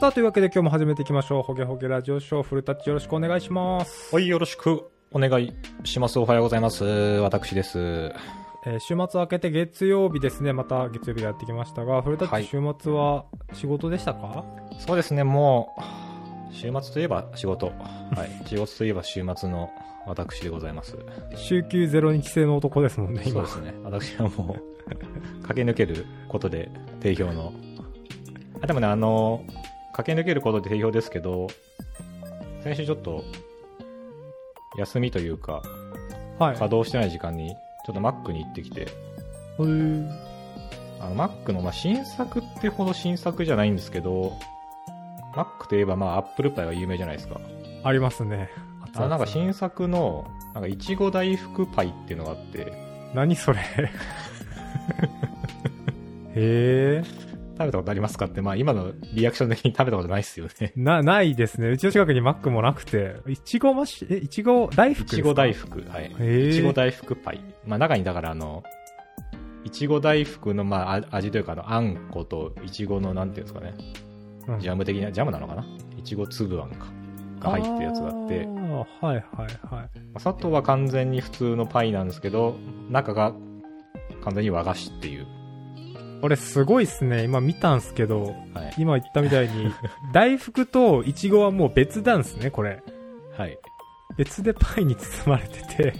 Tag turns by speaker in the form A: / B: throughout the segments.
A: さあ、というわけで今日も始めていきましょう。ほげほげラジオショー、フルタッチよろしくお願いします。
B: はい、よろしくお願いします。おはようございます。私です。
A: えー週末明けて月曜日ですね。また月曜日がやってきましたが、フルタッ
B: はい
A: チ週末は仕事でしたか、
B: そうですね、もう、週末といえば仕事。はい、仕事といえば週末の私でございます。
A: 週休ゼロ日制の男ですもんね、
B: そう
A: 今
B: で。すね、私はもう、駆け抜けることで定評の。あでもね、あの、駆け抜けることで定評ですけど、先週ちょっと、休みというか、
A: はい。
B: 稼働してない時間に、ちょっとマックに行ってきて、
A: へー
B: あの、Mac の、まあ、新作ってほど新作じゃないんですけど、Mac といえば、まあ、Apple Pie が有名じゃないですか。
A: ありますね。熱
B: あ
A: 々
B: のなんか新作の、なんか、いちご大福パイっていうのがあって、
A: 何それへえ。。
B: 食べたことありますかって、まあ、今のリアクション的に食べたことないですよね
A: な、ないですね。うちの近くにマックもなくて。いちごまし、え、いちご大福です
B: い
A: か
B: ちご大。福、はい。
A: へえ。
B: いちご大福パイ。まあ、中に、だから、あの、いちご大福の、まああ、味というか、あの、あんこと、いちごの、なんていうんですかね、
A: うん
B: ジャム的な、ジャムなのかないちご粒あんか。が入ってるやつがあって
A: あ。ーはいはいはい。
B: 砂糖は完全に普通のパイなんですけど中が完全に和菓子っていう、
A: これすごいっすね。今見たんすけど、
B: はい
A: 今言ったみたい に、大福とイチゴはもう別なんすね、これ。
B: はい、
A: 別でパイに包まれてて。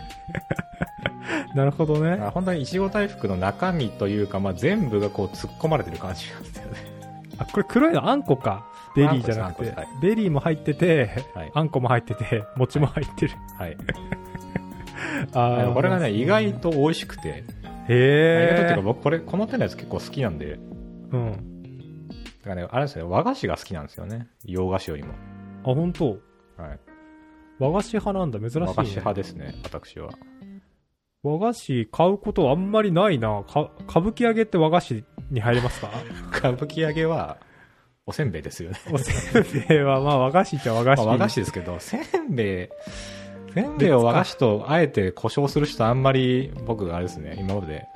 A: なるほどね。
B: あ本当にいちご大福の中身というか、まあ、全部がこう突っ込まれてる感じなんですよね、
A: あ、これ黒いのあんこか。ベリーじゃなく
B: あん
A: て
B: こですあんこです。
A: ベリーも入ってて、
B: はい
A: あんこも入ってて、餅も入ってる。
B: はい、あ
A: あ
B: の
A: ー
B: これがね意外と美味しくて、意外とってい
A: へ
B: うか
A: え。
B: 僕これこの手のやつ結構好きなんで
A: うん。
B: だから、ね、あれですね和菓子が好きなんですよね洋菓子よりも、
A: あ、本当。
B: はい、
A: 和菓子派なんだ、珍しい、ね。
B: 和菓子派ですね私は
A: 和菓子買うことあんまりないな。か、歌舞伎揚げって和菓子に入りますか
B: 歌舞伎揚げはおせんべいですよね
A: お せんべいは、まあ和菓子っちゃ和菓子。
B: まあ和菓子ですけど、せんべい、せんべいを和菓子とあえて故障する人あんまり僕があれですね、今まで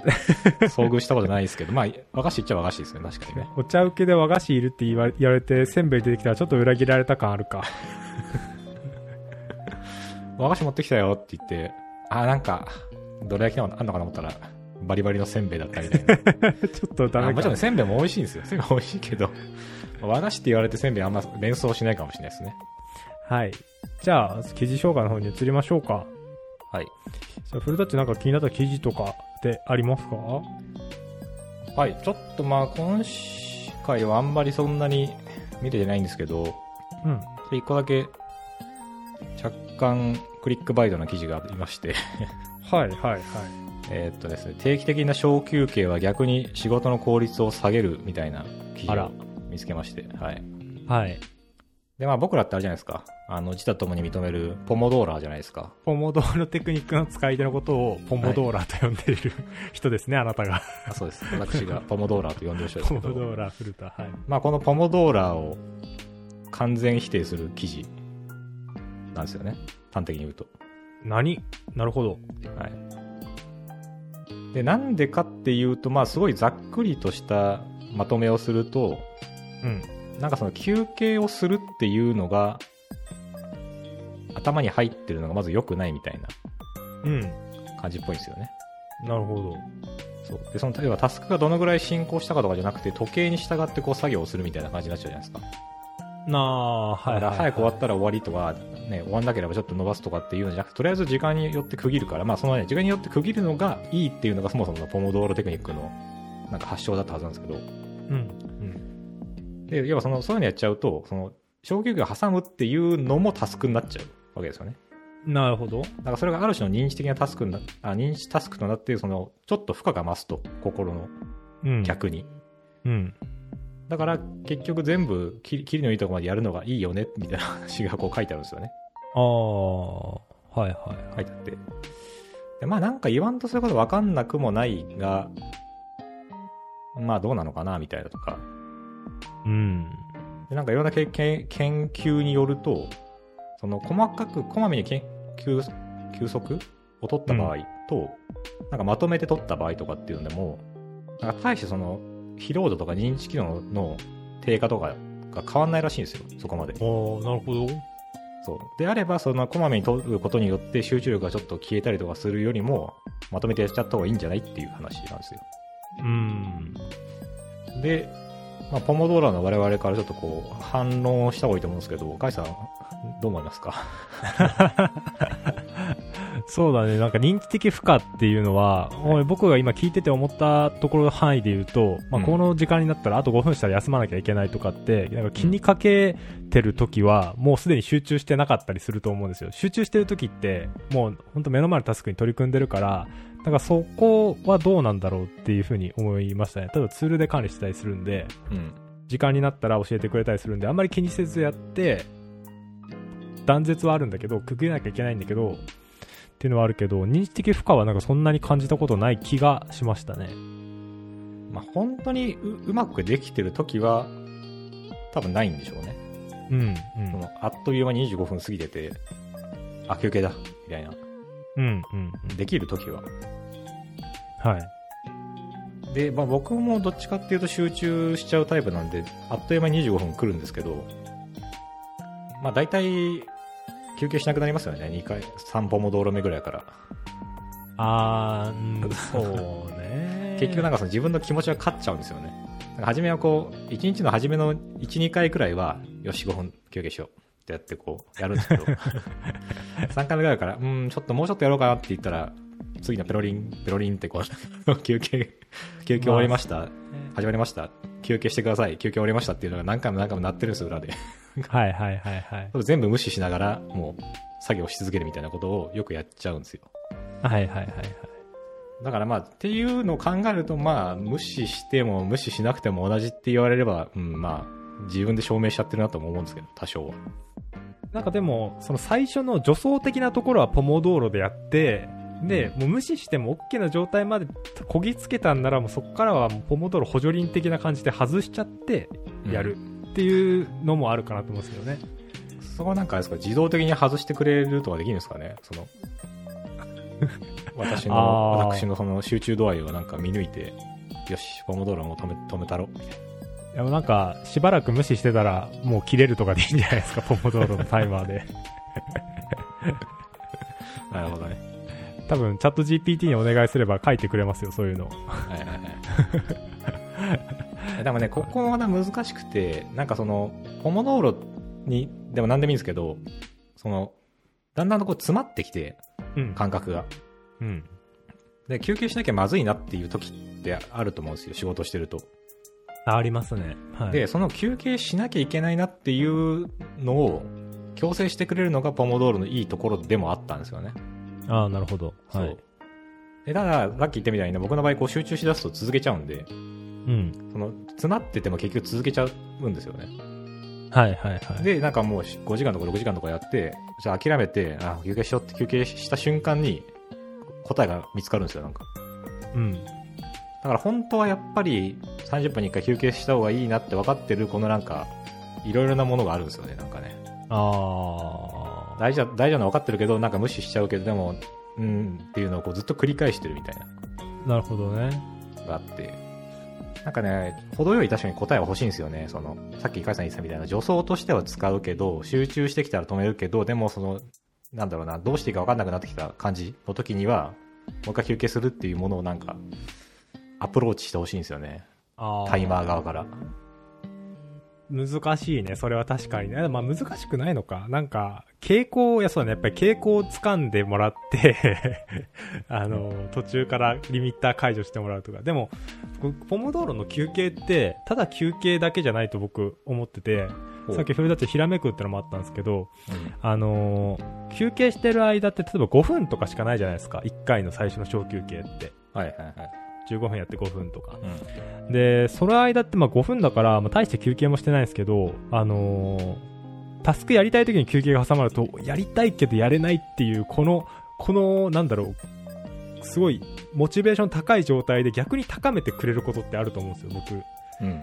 B: 遭遇したことないですけど、まあ和菓子っちゃ和菓子ですね、確かにね。
A: お茶受けで和菓子いるって言われ言われて、せんべい出てきたらちょっと裏切られた感あるか。
B: 和菓子持ってきたよって言って、あーなんか、どら焼きなのあんのかなと思ったら、バリバリのせんべいだったみた いな。
A: ちょっとダ
B: あ
A: メ
B: もち
A: か
B: ろん。せんべいも美味しいんですよ。せんべい美味しいけど、和菓子って言われてせんべいあんま連想しないかもしれないですね。
A: はい。じゃあ、記事紹介の方に移りましょうか。
B: はい。
A: じゃあ、古田っちなんか気になった記事とかってありますか
B: はい、ちょっとまあ今回はあんまりそんなに見れてないんですけど、
A: うん。
B: で一個だけ若干クリックバイトの記事がありまして
A: はい、はい、はい。
B: えーっとですね定期的な小休憩は逆に仕事の効率を下げるみたいな記事
A: あ
B: を
A: ら
B: 見つけまして、はい
A: はい。
B: でまあ、僕らってあれじゃないですかあの自他ともに認めるポモドーラーじゃないですか
A: ポモドーロテクニックの使い手のことをポモドーラと呼んでいる、 人ですね、あなたが。
B: あそうです 私がポモドーラーと呼んでる人です
A: ポ
B: け
A: モド
B: ど、
A: ーラ、古田。はい。
B: まあ、このポモドーラーを完全否定する記事なんですよね端的に言うと
A: 何なるほど。
B: はい、でなんでかっていうと、まあ、すごいざっくりとしたまとめをすると
A: うん。
B: なんかその休憩をするっていうのが頭に入ってるのがまず良くないみたいな
A: うん。
B: 感じっぽいんですよね
A: なるほど。
B: そうでその例えばタスクがどのぐらい進行したかとかじゃなくて時計に従ってこう作業をするみたいな感じになっちゃうじゃないですか
A: なあ、はい、はい
B: だから
A: はい。
B: 早く終わったら終わりとか、ね、終わんなければちょっと伸ばすとかっていうのじゃなくてとりあえず時間によって区切るから、まあそのね、時間によって区切るのがいいっていうのがそもそものポモドーロテクニックのなんか発祥だったはずなんですけど
A: うん。
B: で要はそのそういうのやっちゃうとその小休憩を挟むっていうのもタスクになっちゃうわけですよね
A: うん。なるほど。
B: だからそれがある種の認知的なタスクになあ認知タスクとなってそのちょっと負荷が増すと心の
A: うん。
B: 逆に、
A: うん。
B: だから結局全部き切りのいいとこまでやるのがいいよねみたいな話がこう書いてあるんですよね
A: ああ、はいはいはい。
B: 書いてあって。でまあなんか言わんとすること分かんなくもないが、まあどうなのかなみたいなとか。
A: うん。
B: でなんかいろんなけけ研究によると、その細かくこまめに研究休息を取った場合と、なんかまとめて取った場合とかっていうのでも、なんか大してその疲労度とか認知機能の低下とかか変わんないらしいんですよ、そこまで。
A: あーなるほど。
B: そうであれば、そのこまめに取ることによって集中力がちょっと消えたりとかするよりも、まとめてやっちゃった方がいいんじゃないっていう話なんですよ。
A: うん。
B: で、まあ、ポモドーラの我々からちょっとこう、反論をした方がいいと思うんですけど、カイさん、どう思いますか
A: そうだね、なんか認知的負荷っていうのは、
B: はい
A: おい僕が今聞いてて思ったところの範囲で言うと、まあ、
B: うん
A: この時間になったらあと5分したら休まなきゃいけないとかって、なんか気にかけてる時は、もうすでに集中してなかったりすると思うんですよ。集中してる時って、もう本当目の前のタスクに取り組んでるから、なんかそこはどうなんだろうっていうふうに思いましたね。ただツールで管理したりするんで、
B: うん。
A: 時間になったら教えてくれたりするんであんまり気にせずやって断絶はあるんだけどくぐれなきゃいけないんだけどっていうのはあるけど認知的負荷はなんかそんなに感じたことない気がしましたね
B: まあ、本当にううまくできてる時は、多分ないんでしょうね。
A: うん
B: そのあっという間に25分過ぎてて、あ、休憩だ、みたいな。
A: うんうんうん
B: できる時は。
A: はい
B: で、まあ、僕もどっちかっていうと集中しちゃうタイプなんで、あっという間に25分来るんですけど、まあ、大体、休憩しなくなりますよね。2回、3歩も道路目ぐらいから。
A: あーうんそうね
B: 結局なんかその自分の気持ちが勝っちゃうんですよね。なんか初めはこう、1日の初めの1、2回くらいは、よし、5分休憩しようってやってこう、やるんですけど、3回目ぐらいから、うん、ちょっともうちょっとやろうかなって言ったら、次のペロリン、ペロリンってこう、 休憩、休憩終わりました、始まりました、休憩してください、休憩終わりましたっていうのが何回も何回も鳴ってるんですよ、裏で。
A: はいはいはいはい
B: 全部無視しながら、もう、作業し続けるみたいなことをよくやっちゃうんですよ。
A: はいはいはいはい
B: だからまあ、っていうのを考えると、まあ、無視しても無視しなくても同じって言われれば、うん、まあ、自分で証明しちゃってるなとも思うんですけど、多少は。
A: なんかでもその最初の助走的なところはポモ道路でやってで、もう無視しても OK な状態までこぎつけたんならもうそこからはもうポモドロ補助輪的な感じで外しちゃってやるっていうのもあるかなと思うんですけどね、
B: うん。そこはなんかあれですか、自動的に外してくれるとかできるんですかね、そ の。私の、
A: あー
B: 私のその集中度合いをなんか見抜いて、よし、ポモドーロもう止め、止めたろ、みたい
A: でもなんかしばらく無視してたらもう切れるとかでいいんじゃないですかポモドロのタイマーで
B: な。なるほどね。
A: 多分チャット GPT にお願いすれば書いてくれますよそういうの
B: はいはいはい。 でもね、ここは難しくて、なんかその、ポモ道路に、でも何でもいいんですけど、その、だんだんとこう詰まってきて、
A: うん
B: 感覚が。
A: うん
B: で、休憩しなきゃまずいなっていう時ってあると思うんですよ、仕事してると。
A: ありますね、はい、
B: で、その休憩しなきゃいけないなっていうのを、強制してくれるのがポモ道路のいいところでもあったんですよね。
A: ああなるほど
B: そ
A: は
B: う
A: い。
B: でただ、さっき言ったみたいに、僕の場合、こう集中しだすと続けちゃうんで、
A: うん
B: その、詰まってても結局続けちゃうんですよね。
A: はいはいはい
B: で、なんかもう5時間とか6時間とかやって、じゃあ諦めて、あ、休憩しようって休憩した瞬間に答えが見つかるんですよ、なんか。
A: うん
B: だから本当はやっぱり30分に1回休憩した方がいいなって分かってる、このなんか、いろいろなものがあるんですよね、なんかね。
A: ああ
B: 大事だ、大事なの分かってるけど、なんか無視しちゃうけど、でも、うんっていうのをこうずっと繰り返してるみたいな
A: なるほどね
B: のがあって。なんかね、程よい確かに答えは欲しいんですよね。その、さっきイカイさん言ってたみたいな、助走としては使うけど、集中してきたら止めるけど、でもその、なんだろうな、どうしていいか分かんなくなってきた感じの時には、もう一回休憩するっていうものをなんか、アプローチしてほしいんですよね。
A: あ
B: タイマー側から。
A: 難しいね、それは確かにね。まあ難しくないのか。なんか、傾向を、いやそうだね、やっぱり傾向を掴んでもらって、 あの、途中からリミッター解除してもらうとか。でも、こポモ道路の休憩って、ただ休憩だけじゃないと僕思ってて、さっき古立ちひらめくってのもあったんですけど、
B: うん
A: あのー休憩してる間って例えば5分とかしかないじゃないですか。1回の最初の小休憩って。
B: はいはいはい。
A: 15分やって5分とか。
B: うん。
A: で、その間ってまあ5分だから、まあ、大して休憩もしてないんですけど、あのータスクやりたい時に休憩が挟まると、やりたいけどやれないっていう、この、この、なんだろう、すごい、モチベーション高い状態で逆に高めてくれることってあると思うんですよ、僕。
B: うん。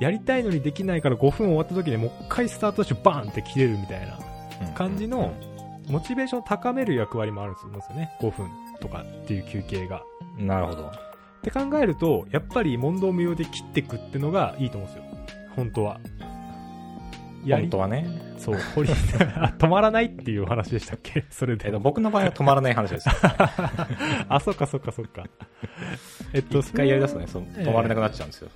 A: やりたいのにできないから5分終わった時にもう一回スタートしてバーンって切れるみたいな感じの、モチベーションを高める役割もあると思うんですよね、5分とかっていう休憩が。
B: うん。なるほど。
A: って考えるとやっぱり問答無用で切っていくってのがいいと思うんですよ本当はや
B: 本
A: り
B: 当、はね。
A: そう、掘り、 あ止まらないっていうお話でしたっけそれ
B: えっ
A: で
B: と、。僕の場合は止まらない 話です。
A: あ、そっかそっかそっか。えっと、
B: 一回やり出すとね、その止まれなくなっちゃうんですよ。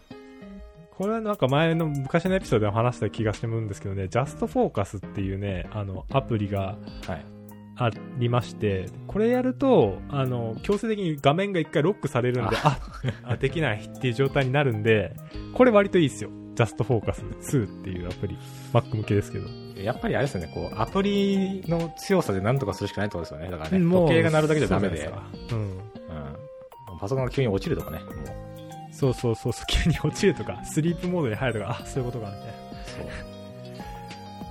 A: これはなんか前の昔のエピソードでも話した気がしてるんですけどね、ジャストフォーカスっていうね、あの、アプリが
B: はい。
A: ありまして、これやると、あの、強制的に画面が一回ロックされるんで、ああ、できないっていう状態になるんで、これ割といいですよ。ジャストフォーカス2っていうアプリ。Mac 向けですけど。
B: やっぱりあれですよね、こう、アプリの強さで何とかするしかないってことですよね。だから
A: うん
B: ね、
A: もう
B: 時計が鳴るだけじゃダメで、
A: そうじゃないすかうん。
B: うん。パソコンが急に落ちるとかね、もう、
A: そうそうそうそう、急に落ちるとか、スリープモードに入るとか、あ、そういうことか、みたいな。
B: そう。ま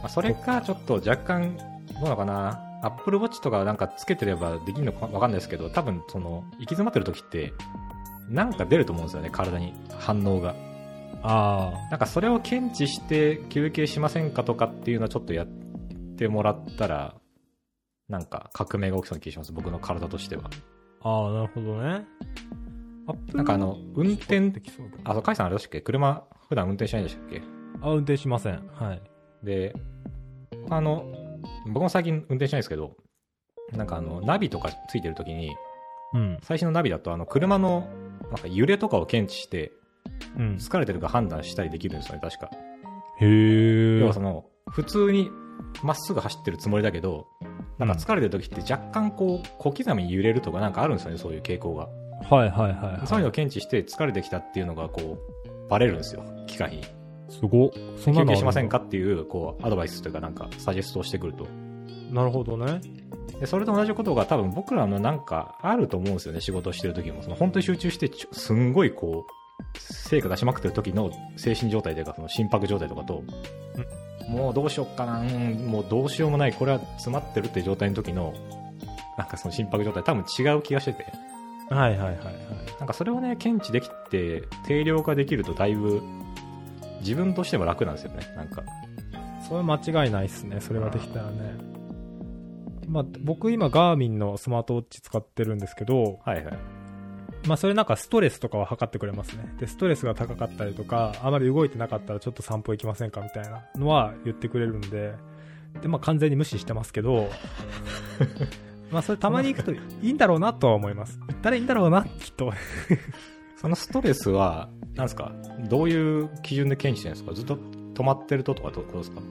B: あ、それか、ちょっと若干、どうなのかな、Apple Watch とかなんかつけてればできるのかわかんないですけど、多分、その、行き詰まってる時って、なんか出ると思うんですよね、体に、反応が。
A: あ
B: なんかそれを検知して休憩しませんかとかっていうのはちょっとやってもらったら、なんか革命が起きそうな気がします、僕の体としては。
A: あ、ああ、なるほどね。アップル
B: なんかあの、運転、
A: きそうだ
B: あ、そう、カイさんあれでしたっけ車、普段運転しないんでしたっけ
A: あ、運転しません。はい。
B: で、あの、僕も最近運転しないですけど、なんかあの、ナビとかついてるときに、
A: うん。
B: 最新のナビだとあの、車の、なんか揺れとかを検知して、
A: うん。
B: 疲れてるか判断したりできるんですよね、確か。
A: へ
B: 要
A: え
B: は。その、普通にまっすぐ走ってるつもりだけど、なんか疲れてる時って若干こう、小刻みに揺れるとかなんかあるんですよね、そういう傾向が。
A: はいはいはい、
B: そう
A: は
B: いうのを検知して疲れてきたっていうのがこう、バレるんですよ、機械に。
A: い。すごっ。そんなのあ
B: 休
A: るんだ
B: 憩しませんかっていう、こう、アドバイスというかなんか、サジェストをしてくると。
A: なるほどね。
B: で、それと同じことが多分僕らのなんかあると思うんですよね、仕事をしてる時も。その本当に集中してちょ、すんごいこう、成果出しまくってる時の精神状態というか、その心拍状態とかと、もうどうしよっかな、うんもうどうしようもない、これは詰まってるっていう状態の時の、なんかその心拍状態多分違う気がしてて、
A: はいはいはいはい。
B: なんかそれをね、検知できて、定量化できるとだいぶ、自分としても楽なんですよね、なんか。
A: それは間違いないっすね。それができたらね。まあ、僕今、ガーミンのスマートウォッチ使ってるんですけど、
B: はいはい。
A: まあそれなんかストレスとかは測ってくれますね。で、ストレスが高かったりとか、あまり動いてなかったらちょっと散歩行きませんかみたいなのは言ってくれるんで、で、まあ完全に無視してますけ ど、まあそれたまに行くといいんだろうなとは思います。行ったらいいんだろうな、きっと。
B: そのストレスは、なんですかどういう基準で検知してるんですかずっと止まってるととかどうどうですか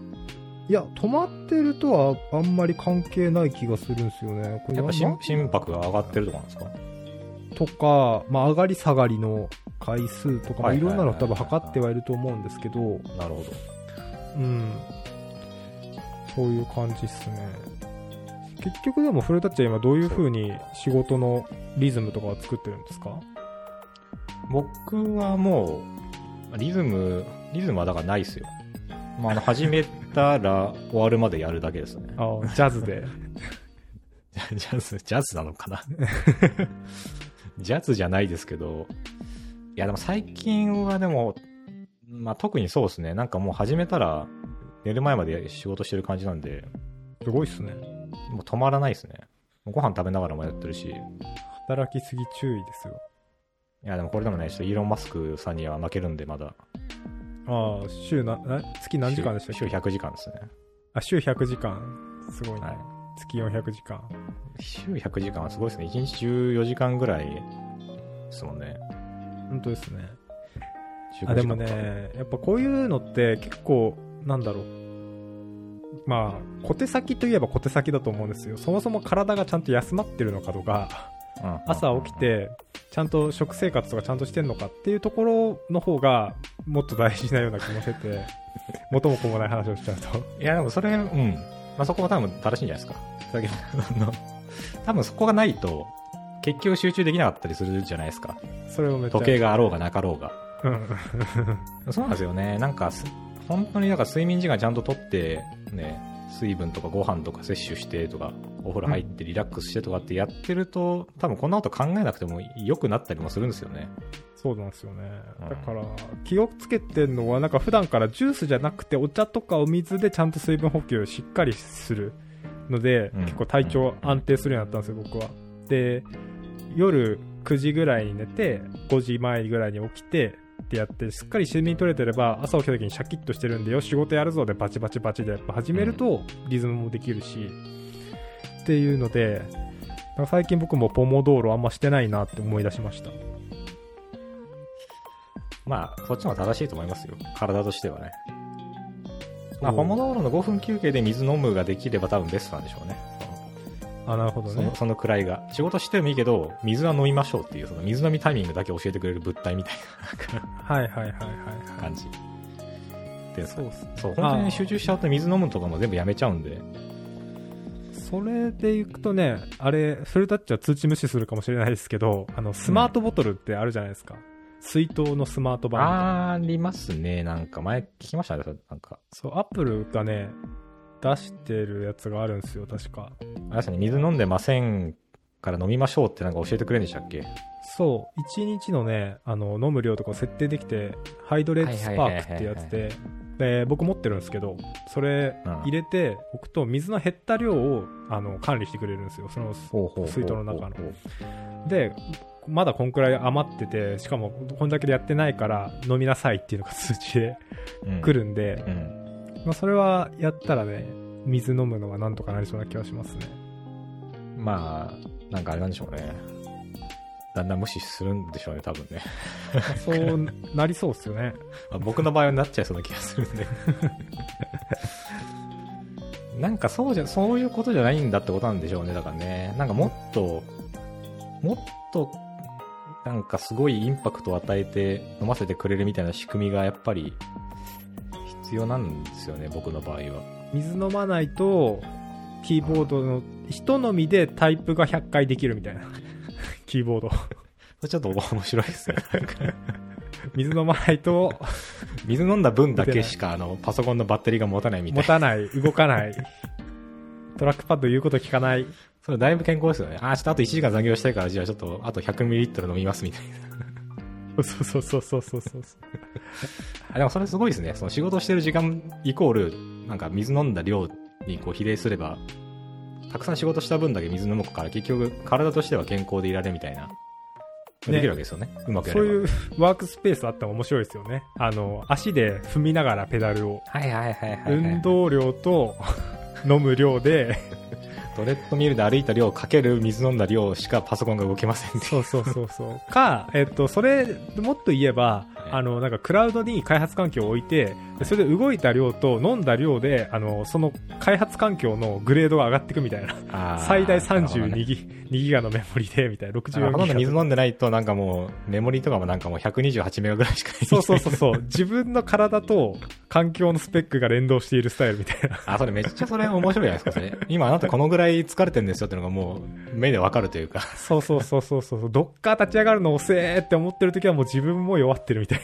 C: いや、止まってるとはあんまり関係ない気がするんですよね。これ
B: やっ
C: な
B: ぱ心
C: ん
B: 心拍が上がってるとかなんですか
C: とか、まあ、上がり下がりの回数とか、まあ
B: はい
C: い
B: はい
C: ろ
B: はい
C: んなの多分測ってはいると思うんですけど、
B: なるほ
A: う
B: ど。
A: ん。
C: そういう感じっすね。結局でも、古立ちは今どういう風に仕事のリズムとかは作ってるんですか
B: 僕はもう、リズム、リズムはだからないですよ。まあ、あの、始めたら終わるまでやるだけですね。
A: あ あ、ジャズで。
B: ジャズ、ジャズなのか なジャズじゃないですけど、いやでも最近はでも、まあ特にそうですね、なんかもう始めたら寝る前まで仕事してる感じなんで、
A: すごいっすね。
B: もう止まらないですね。ご飯食べながらもやってるし。い
A: 働きすぎ注意ですよ。
B: や、でもこれでもね、ちょっとイーロン・マスクさんには負けるんで、まだ。
A: ああ、週な、え月何時間でしたっけ
B: 週週100時間ですね。
A: あ、週100時間。すごいね。
B: はい。
A: 月400時間。
B: 週100時間はすごいですね。1日14時間ぐらいですもんね。
A: 本当ですね。
B: 15時間
A: あでも。ね、やっぱこういうのって結構、なんだろう。まあ、小手先といえば小手先だと思うんですよ。そもそも体がちゃんと休まってるのかとか、
B: うん
A: 朝起き、て、ちゃんと食生活とかちゃんとしてんのかっていうところの方が、もっと大事なような気もしてて、元も子もない話をしちゃうと。
B: いや、でもそれ、うん。まあ、そこは多分正しいんじゃないですか。だけど、あの、 多分そこがないと、結局集中できなかったりするじゃないですか。
A: それをめっちゃ。
B: 時計があろうがなかろうが。
A: うん。
B: そうなんですよね。なんかす、本当になんか睡眠時間ちゃんととって、ね、水分とかご飯とか摂取してとか、お風呂入ってリラックスしてとかってやってると、多分こんなこと考えなくても良くなったりもするんですよね。
A: そうなんですよね。
B: うん
A: だから、気をつけてんのは、なんか普段からジュースじゃなくて、お茶とかお水でちゃんと水分補給をしっかりするので、
B: うん
A: 結構体調安定するようになったんですよ、僕は。で、夜9時ぐらいに寝て、5時前ぐらいに起きて、ってやってしっかり睡眠取れてれば朝起きた時にシャキッとしてるんでよ仕事やるぞでバチバチバチでやっぱ始めるとリズムもできるし、っていうのでなんか最近僕もポモ道路あんましてないなって思い出しました
B: まあ、そっちの方が正しいと思いますよ。体としてはね。まあ、ホモ道路の5分休憩で水飲むができれば多分ベストなんでしょうね。
A: あなるほど
B: そのそ
A: ね
B: のそのくらいが。仕事してもいいけど、水は飲みましょうっていう、その水飲みタイミングだけ教えてくれる物体みたい
A: はいはいはいはい
B: な
A: はい
B: 感じ。で
A: そうっすね
B: そう、本当に集中しちゃうと水飲むとかも全部やめちゃうんで。
A: それでいくとねあれフルタッチは通知無視するかもしれないですけどあのスマートボトルってあるじゃないですか、水筒のスマート版みたいな
B: ありますね。なんか前聞きましたね、それなんか。
A: そう、アップルがね、出してるやつがあるんですよ、確か。
B: あれですね、水飲んでませんから飲みましょうってなんか教えてくれるんでしたっけ
A: そう、1日のね、あの、飲む量とか設定できて、ハイドレートスパークってやつ
B: はい
A: で、で、僕持ってるんですけど、それ
B: うん
A: 入れておくと、水の減った量を、あの、管理してくれるんですよ、その、
B: ほうほうほうほう
A: 水筒の中ので、まだこんくらい余ってて、しかも、こんだけでやってないから、飲みなさいっていうのが通知で
B: うん
A: 来るんで、
B: うん。
A: まあ、それはやったらね、水飲むのはなんとかなりそうな気がしますね。
B: まあ、なんかあれなんでしょうね。だんだん無視するんでしょうね、多分ね。
A: まあそうなりそうっすよね。
B: まあ僕の場合はなっちゃいそうな気がする んで。なんかそうじゃ、そういうことじゃないんだってことなんでしょうね、だからね。なんかもっと、もっと、なんかすごいインパクトを与えて飲ませてくれるみたいな仕組みがやっぱり必要なんですよね、僕の場合は。
A: 水飲まないとキーボードの人のみでタイプが100回できるみたいな キーボード
B: それちょっと面白いですね。なんか
A: 水飲まないと
B: 水飲んだ分だけしか、あの、パソコンのバッテリーが持たないみたい
A: 持た
B: な。
A: ない動かないトラックパッド言うこと聞かない
B: それだいぶ健康ですよね。あー、ちょっとあと1時間残業したいから、じゃあちょっと、あと 100ml 飲みますみたいな。
A: そうそうそうそうそうそう
B: あでもそれすごいですね。その仕事してる時間イコール、なんか水飲んだ量にこう比例すれば、たくさん仕事した分だけ水飲むから結局体としては健康でいられるみたいな。できるわけですよね。うまくや
A: そ
B: れ
A: う
B: ば。
A: いうワークスペースあったら面白いですよねあの足で踏みながらペダルを
B: はいはいはいはい、
A: 運動量と 飲む量で
B: トレッドミルで歩いた量かける水飲んだ量しかパソコンが動けませんっていう
A: そうそうそうそう。 か、えっと、それ、もっと言えば、
B: はい
A: あの、なんかクラウドに開発環境を置いて、でそれで動いた量と飲んだ量で、あの、その開発環境のグレードが上がっていくみたいな。
B: あー
A: 最大
B: なるほど
A: 32
B: ね
A: ギ、2ギガのメモリで、みたいな。
B: なるほど
A: 64
B: ね
A: ギ
B: 水
A: ガ。
B: 飲んでないとなんかもうメモリとかもなんかもう128メガぐらいしかない
A: そうそうそうそう。自分の体と環境のスペックが連動しているスタイルみたいな。
B: あ、それめっちゃそれ面白いじゃないですか、それ。今あなたこのぐらい疲れてるんですよっていうのがもう目でわかるというか。
A: そうそうそうそうそう。どっか立ち上がるの遅えーって思ってる時はもう自分も弱ってるみたいな。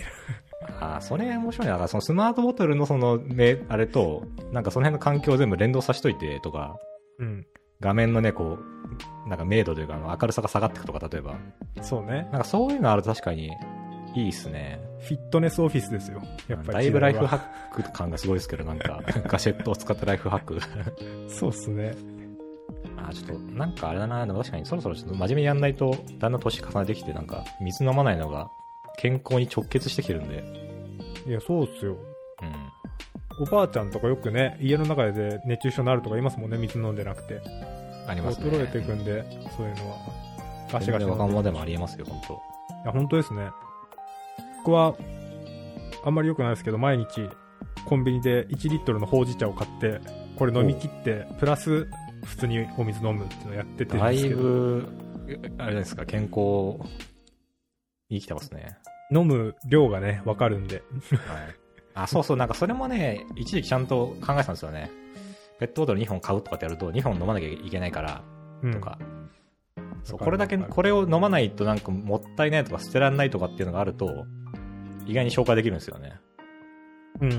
B: あ、それ面白いな。だからそのスマートボトルのその目、あれと、なんかその辺の環境を全部連動させといてとか、
A: うん。
B: 画面のね、こう、なんか明度というかあの明るさが下がっていくとか、例えば。
A: そうね。
B: なんかそういうのあると確かにいいっすね。
A: フィットネスオフィスですよ。やっぱり。
B: だいぶライフハック感がすごいですけど、なんか、ガジェットを使ったライフハック。
A: そうっすね。
B: あーちょっと、なんかあれだな、でも確かにそろそろちょっと真面目にやんないと、だんだん年重ねてきて、なんか、水飲まないのが、健康に直結してきてるんで、
A: いや、そうっすよ。
B: う
A: お
B: ん。
A: ばあちゃんとかよくね、家の中で熱中症になるとか言いますもんね、水飲んでなくて。
B: ありますね。
A: 衰えていくんで、そういうのは。ガシ
B: 足
A: ガシ飲ん
B: が
A: で
B: 若者でもありえますよ、本当
A: いや、本当ですね。僕は、あんまり良くないですけど、毎日、コンビニで1リットルのほうじ茶を買って、これ飲み切って、プラス、普通にお水飲むっていうのをやっててるん
B: だ
A: です
B: い
A: けど、
B: ぶ、あれですか、健康、生きてますね。
A: 飲む量がね、わかるんで。
B: はい。あ、そうそう、なんかそれもね、一時期ちゃんと考えてたんですよね。ペットボトル2本買うとかってやると、2本飲まなきゃいけないから、
A: うん。
B: とか、そ
A: わかる
B: うこれだけ
A: わかる
B: これを飲まないとなんかもったいないとか捨てられないとかっていうのがあると意外に消化できるんですよね
A: うんうん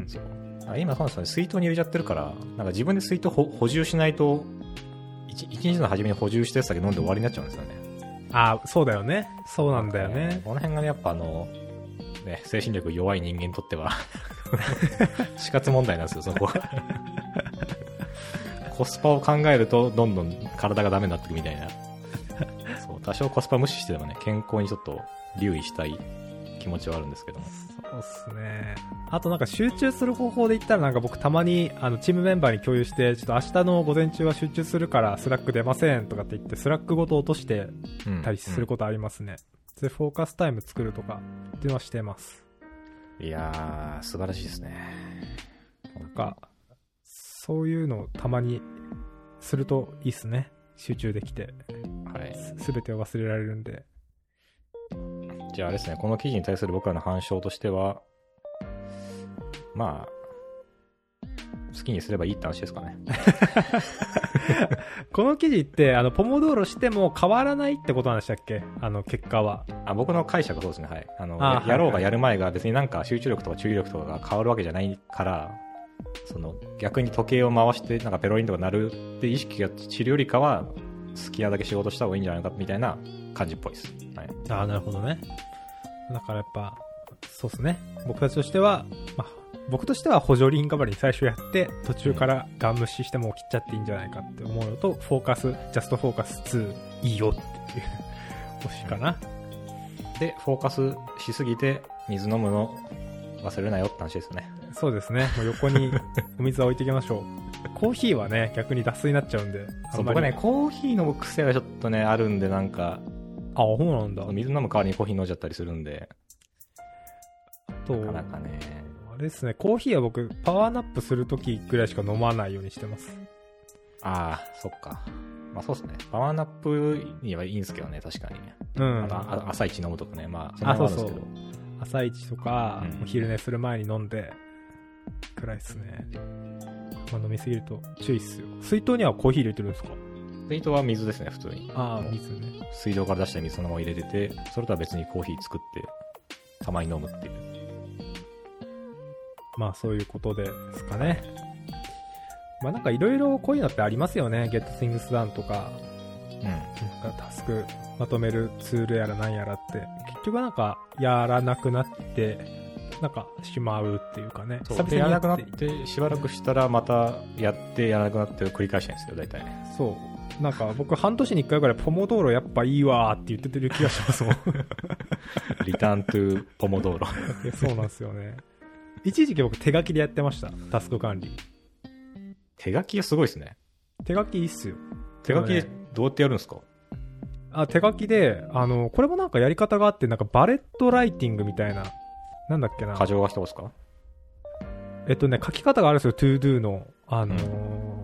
A: うん
B: そうあ今そうなんですよね水筒に入れちゃってるからなんか自分で水筒ほ補充しないと 1, 日の初めに補充したやつだけ飲んで終わりになっちゃうんですよね
A: うん。ああ、そうだよね。そうなんだよね。
B: この辺がねやっぱあのね精神力弱い人間にとって は死活問題なんですよそこはコスパを考えるとどんどん体がダメになっていくみたいなそう多少コスパ無視してでもね健康にちょっと留意したい気持ちはあるんですけども。
A: そうっすね。あとなんか集中する方法で言ったらなんか僕たまにあのチームメンバーに共有して、ちょっと明日の午前中は集中するからスラック出ませんとかって言って、スラックごと落として
B: うん
A: たりすることありますね。で、フォーカスタイム作るとかっていうのはしてます。
B: いやー、素晴らしいですね。
A: なんか、そういうのをたまにするといいっすね。集中できて、
B: はい。
A: すべてを忘れられるんで。
B: じゃああれですね、この記事に対する僕らの反証としては、まあ、好きにすればいいって話ですかね。
A: この記事って、あの、ポモドーロしても変わらないってことなんでしたっけあの、結果は。
B: あ僕の解釈はそうですね、はい。あの
A: あ
B: や
A: はい
B: やろう
A: は
B: が
A: い
B: やる前が別になんか集中力とか注意力とかが変わるわけじゃないから、その逆に時計を回してなんかペロリンとか鳴るって意識が散るよりかは、好きなだけ仕事した方がいいんじゃないかみたいな感じっぽいです。はい。
A: ああ、なるほどね。だからやっぱ、そうですね。僕たちとしては、まあ、僕としては補助輪代わりに最初やって、途中からガン無視してもう切っちゃっていいんじゃないかって思うのと、フォーカス、ジャストフォーカス2、いいよっていう、 欲しいかな。
B: で、フォーカスしすぎて水飲むの忘れなよって話ですよね。
A: そうですね。もう横 にお水は置いていきましょう。コーヒーはね、逆に脱水になっちゃうんで。
B: そう
A: あん
B: 僕
A: ま
B: ね
A: り、
B: コーヒーの癖がちょっとね、あるんで、なんか、
A: あ、そうなんだ。
B: 水飲む代わりにコーヒー飲んじゃったりするんで、
A: と
B: なかなかね。
A: あれですね、コーヒーは僕、パワーナップするときぐらいしか飲まないようにしてます。
B: ああ、そっか。まあそうですね。パワーナップにはいいんですけどね、確かに。
A: うん。
B: あのあ朝一飲むとかね、まあ、そんなのもあるんですけど
A: あ。朝一とか、
B: うん
A: お昼寝する前に飲んで、くらいですね。まあ、飲みすぎると注意っすよ。水筒にはコーヒー入れてるんですか
B: ツイートは水ですね、普通に。
A: あ
B: もう
A: 水ね。
B: 水道から出した水そのまま入れてて、それとは別にコーヒー作って、たまに飲むっていう。
A: まあそういうことですかね。まあなんかいろいろこういうのってありますよね。Get Things Done とか、
B: う
A: なんかタスクまとめるツールやらなんやらって、結局なんかやらなくなって、なんかしまうっていうかね。
B: ん。そうで、やらなくなっ
A: い
B: て、しばらくしたらまたやって、やらなくなってを繰り返してるんですよ、大体 ね。
A: そう。なんか僕半年に一回ぐらいポモドーロやっぱいいわーって言っててる気がしますもん。
B: リターントゥーポモドーロ。
A: いやそうなんですよね。 一時期僕手書きでやってました。タスク管理。
B: 手書きがすごいですね。
A: 手書きいいっすよ。
B: 手書き
A: で
B: で
A: もね
B: どうやってやるんですか、
A: あ、手書きで、あの、これもなんかやり方があって、なんかバレットライティングみたいな。なんだっけな
B: 過。剰書きとかですか
A: えっとね、書き方があるんですよ。to do の。あのー
B: う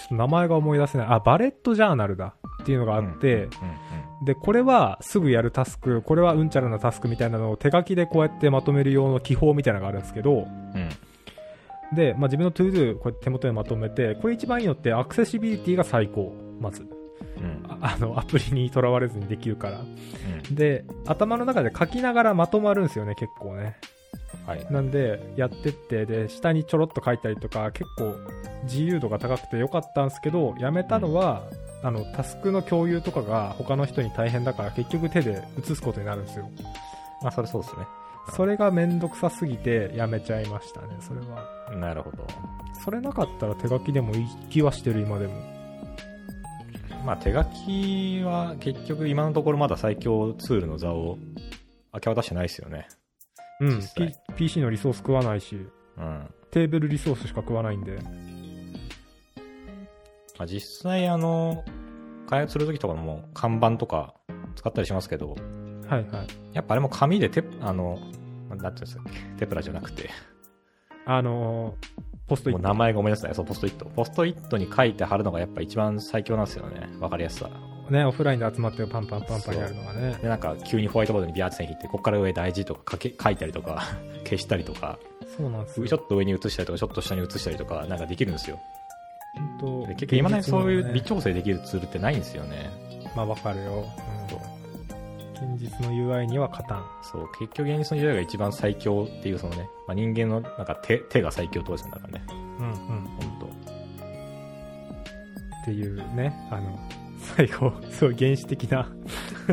A: ちょっと名前が思い出せない。あ、バレットジャーナルだ。っていうのがあって、
B: うん
A: で、これはすぐやるタスク、これはうんちゃらなタスクみたいなのを手書きでこうやってまとめる用の記法みたいなのがあるんですけど、
B: うん。うん。
A: で、まあ、自分の to do こうやって手元にまとめて、これ一番いいのってアクセシビリティが最高。まず。
B: うん。
A: ああ の、アプリにとらわれずにできるから。で、頭の中で書きながらまとまるんですよね、結構ね。
B: うん。はい。
A: なんで、やってって、で、下にちょろっと書いたりとか、結構自由度が高くて良かったんですけど、やめたのは、あの、タスクの共有とかが他の人に大変だから、結局手で写すことになるんですよ。
B: まあ、それそうですね。
A: それがめんどくさすぎて、やめちゃいましたね、それは。
B: なるほど。
A: それなかったら手書きでもいい気はしてる、今でも。
B: まあ、手書きは結局今のところまだ最強ツールの座を明け渡してないですよね。
A: うん、
B: 実際
A: P- PC のリソース食わないし、
B: うん。ま
A: テーブルリソースしか食わないんで。
B: あ、実際あの、開発するときとかも看板とか使ったりしますけど、
A: はいはい。
B: やっぱあれも紙でテプ、あの、なんていうんですかテプラじゃなくて、
A: あのーポストイ
B: もう
A: ッ
B: 名
A: ト。
B: 前ごめんなさい、そう、ポストイット。ポストイットに書いて貼るのがやっぱ一番最強なんですよね。わかりやすさ。
A: ね、オフラインで集まってパンパンパンパンやるのがね。
B: で、なんか急にホワイトボードにビャーって線引いて、こっから上大事とか書け書いたりとか、 消したりとか、
A: そうなんです
B: ち
A: よ。
B: ょっと上に移したりとか、ちょっと下に移したりとか、なんかできるんですよ。
A: と
B: で結局今ね、そういう微
A: 現実の
B: 調整できるツールってないんですよね。
A: ねまあわかるよ。
B: そう
A: うん現実の UI には勝たん。
B: そう、結局現実の時代が一番最強っていう、そのね、まあ、人間のなんか手手が最強ってことですよだからね、
A: うんうん。っ
B: 本
A: ていうね、あの、最後、 すごい原始的な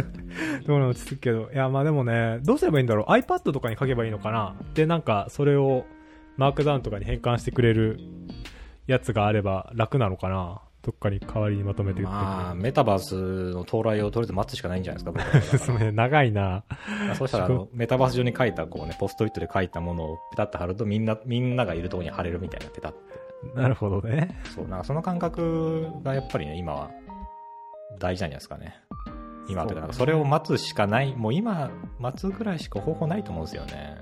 A: ところに落ち着くけど。いや、まあでもね、どうすればいいんだろう。iPad とかに書けばいいのかなで、なんか、それをマークダウンとかに変換してくれるやつがあれば楽なのかなどっかに代わりにまとめて売ってくる。
B: まあ、メタバースの到来をとりあえず待つしかないんじゃないですか僕 はだから、
A: すごい長いな。
B: まあそうしたらあの、メタバース上に書いた、こうね、ポストイットで書いたものをペタッと貼ると、みんな、みんながいるところに貼れるみたいな、ペタッと。
A: なるほどね。
B: そう、なんかその感覚がやっぱりね、今は大事なんじゃないですかね。今はというか、なんかそれを待つしかない、もう今、待つぐらいしか方法ないと思うんですよね。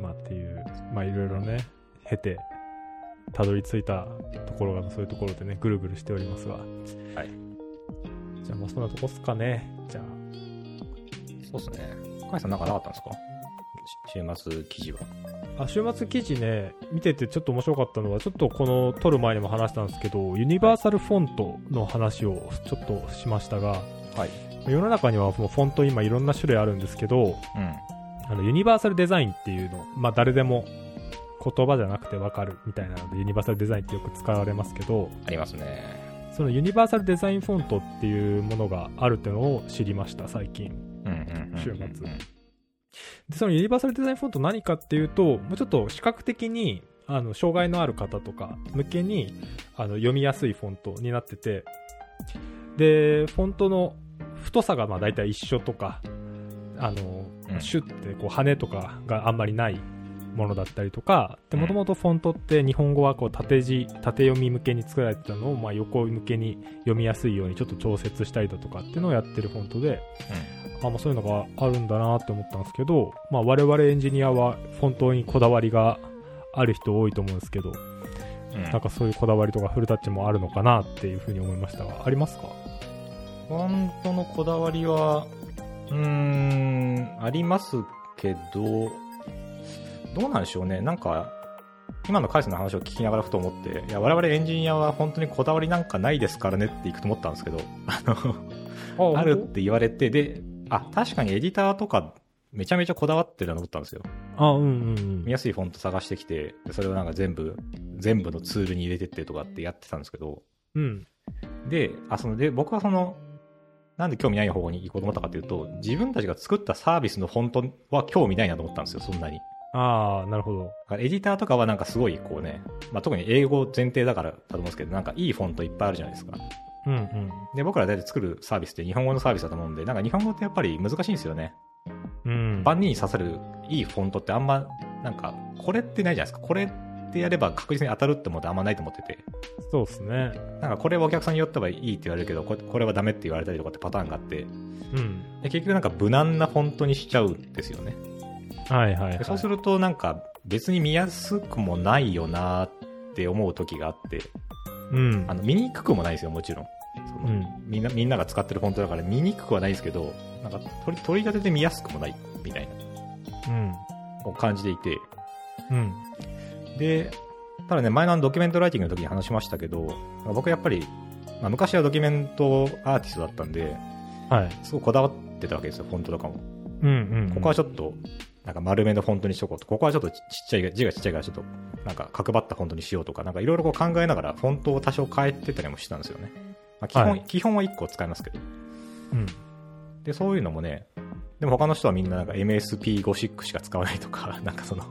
A: まあっていう、まあいろいろね、経て、たどり着いたところがそういうところでね、ぐるぐるしておりますが。
B: はい。
A: じゃあまあそんなとこっすかね。じゃあ、
B: そうですね。深井さんなんかなかったんですかし週末記事は。
A: あ週末記事ね、見ててちょっと面白かったのは、ちょっとこの撮る前にも話したんですけど、ユニバーサルフォントの話をちょっとしましたが、
B: はい。
A: 世の中にはもうフォント今いろんな種類あるんですけど、
B: うん。
A: あのユニバーサルデザインっていうの、まあ誰でも言葉じゃなくてわかるみたいなので、ユニバーサルデザインってよく使われますけど、
B: ありますね。
A: そのユニバーサルデザインフォントっていうものがあるっていうのを知りました、最近。
B: うんうんうん。
A: 週末
B: うん
A: でそのユニバーサルデザインフォント何かっていうともうちょっと視覚的にあの障害のある方とか向けにあの読みやすいフォントになっててでフォントの太さがまあ大体一緒とかあの、
B: うん
A: シュッてこう羽とかがあんまりないものだったりとか
B: うん
A: もともとフォントって日本語はこう縦字縦読み向けに作られてたのをまあ横向けに読みやすいようにちょっと調節したりだとかっていうのをやってるフォントであ、まあ、そういうのがあるんだなって思ったんですけど、まあ、我々エンジニアは本当にこだわりがある人多いと思うんですけど、
B: うん。うん
A: なんかそういうこだわりとかフルタッチもあるのかなっていうふうに思いましたが、ありますか
B: フォントのこだわりは、うーん、ありますけど、どうなんでしょうね。なんか、今のカイさんの話を聞きながらふと思って、いや、我々エンジニアは本当にこだわりなんかないですからねっていくと思ったんですけど、あの、 あるって言われて、で、あ、確かにエディターとか、めちゃめちゃこだわってるなと思ったんですよ。
A: あ、うんうん
B: 見やすいフォント探してきて、でそれをなんか全部、全部のツールに入れてってとかってやってたんですけど、
A: うん。うん。
B: で、あ、その、で、僕はその、なんで興味ない方に行こうと思ったかというと、自分たちが作ったサービスのフォントは興味ないなと思ったんですよ、そんなに。
A: ああ、なるほど。
B: だからエディターとかはなんかすごいこうね、まあ、特に英語前提だからだと思うんですけど、なんかいいフォントいっぱいあるじゃないですか。
A: うんうん。
B: で、僕ら大体作るサービスって日本語のサービスだと思うんで、なんか日本語ってやっぱり難しいんですよね。
A: うん、
B: 万人に刺さるいいフォントってあんま、なんか、これってないじゃないですか。これってやれば確実に当たるって思ってあんまないと思ってて。
A: そうですね。
B: なんかこれはお客さんによってはいいって言われるけど、これこれはダメって言われたりとかってパターンがあって、
A: うん。
B: で結局なんか無難なフォントにしちゃうんですよね。
A: はいはい、はい。
B: でそうするとなんか別に見やすくもないよなって思う時があって、
A: うん
B: あ。の見にくくもないですよ、もちろん。その
A: うん
B: みんなみんなが使ってるフォントだから見にくくはないですけど、なんか取り取り立てて見やすくもないみたいな
A: うん。
B: こう感じていて。
A: うん。
B: で、ただね、前のあのドキュメントライティングの時に話しましたけど、僕やっぱり、まあ、昔はドキュメントアーティストだったんで、
A: はい。
B: すごいこだわってたわけですよ、フォントとかも。
A: うんうん。
B: ここはちょっと、なんか丸めのフォントにしとこうと、ここはちょっとちちっちゃい、字がちっちゃいからちょっと、なんか角張ったフォントにしようとか、なんかいろいろこう考えながらフォントを多少変えてたりもしてたんですよね。まあ、基本、
A: はい
B: 基本は1個使いますけど。
A: うん。
B: で、そういうのもね、でも他の人はみんななんか MSP ゴシックしか使わないとか、 なんかその、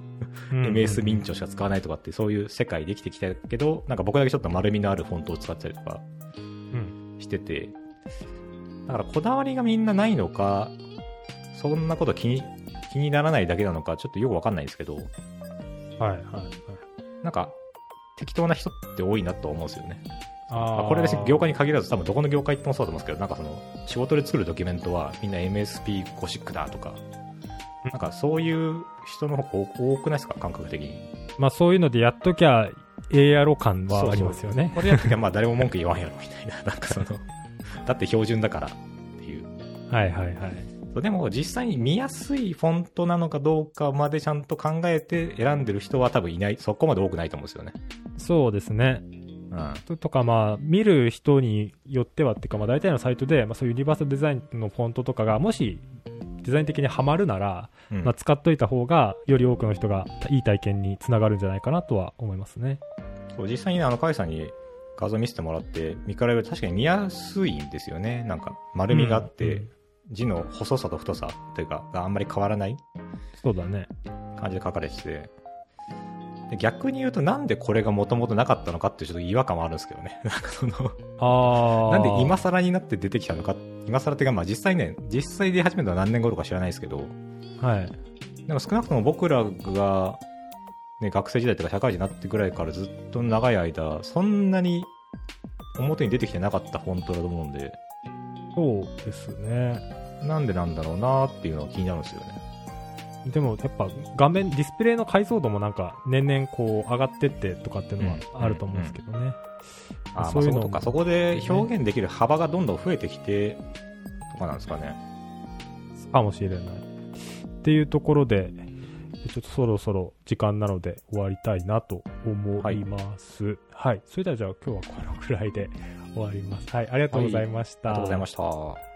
A: うん、
B: MS 明朝しか使わないとかってそういう世界で生きてきたけど、なんか僕だけちょっと丸みのあるフォントを使ったりとか
A: ん
B: してて、だからこだわりがみんなないのか、そんなこと気に気にならないだけなのか、ちょっとよくわかんないんですけど、
A: はいはいはい。
B: なんか適当な人って多いなと思うんですよね。
A: あ
B: まあ
A: ー
B: これ別に業界に限らず多分どこの業界行ってもそうだと思うんですけど、なんかその仕事で作るドキュメントはみんな MSP ゴシックだとか、
A: うん
B: なんかそういう人の方が多多くないですか、感覚的に。
A: まあそういうのでやっときゃ、ええやろ感はありますよね。
B: これやっときゃまあ誰も文句言わんやろみたいな、なんか その、だって標準だからっていう。
A: はいはいはい。
B: そうでも実際に見やすいフォントなのかどうかまでちゃんと考えて選んでる人は多分いない、そこまで多くないと思うんですよね。
A: そうですね。
B: うん。
A: ととかまあ、見る人によってはっていうか、まあ大体のサイトで、まあそういうユニバーサルデザインのフォントとかが、もしデザイン的にはまるなら、
B: うん
A: まあ使っといた方が、より多くの人がいい体験につながるんじゃないかなとは思いますね。
B: そう実際にね、あの、カイさんに画像見せてもらって、見比べると確かに見やすいんですよね。なんか丸みがあって、
A: うんうん
B: 字の細さと太さというか、があんまり変わらない
A: そうだね。
B: 感じで書かれてて、で逆に言うとなんでこれがもともとなかったのかっていうちょっと違和感はあるんですけどね。 なんかその、
A: あ
B: なんで今更になって出てきたのか、今更っていうかまあ実際ね、実際出始めたのは何年頃か知らないですけど、
A: はい。
B: なんか少なくとも僕らが、ね、学生時代とか社会人になってぐらいからずっと長い間、そんなに表に出てきてなかったフォントだと思うんで、
A: そうですね。
B: なんでなんだろうなっていうのは気になるんですよね。
A: でもやっぱ画面、ディスプレイの解像度もなんか年々こう上がってってとかっていうのはあると思うんですけどね。
B: あー
A: そういうの
B: まあそことか、
A: も
B: そこで表現できる幅がどんどん増えてきて、とかなんですかね。
A: かもしれない。っていうところで、ちょっとそろそろ時間なので終わりたいなと思います。はい。それではじゃあ今日はこのくらいで終わります。はい。ありがとうございました。
B: ありがとうございました。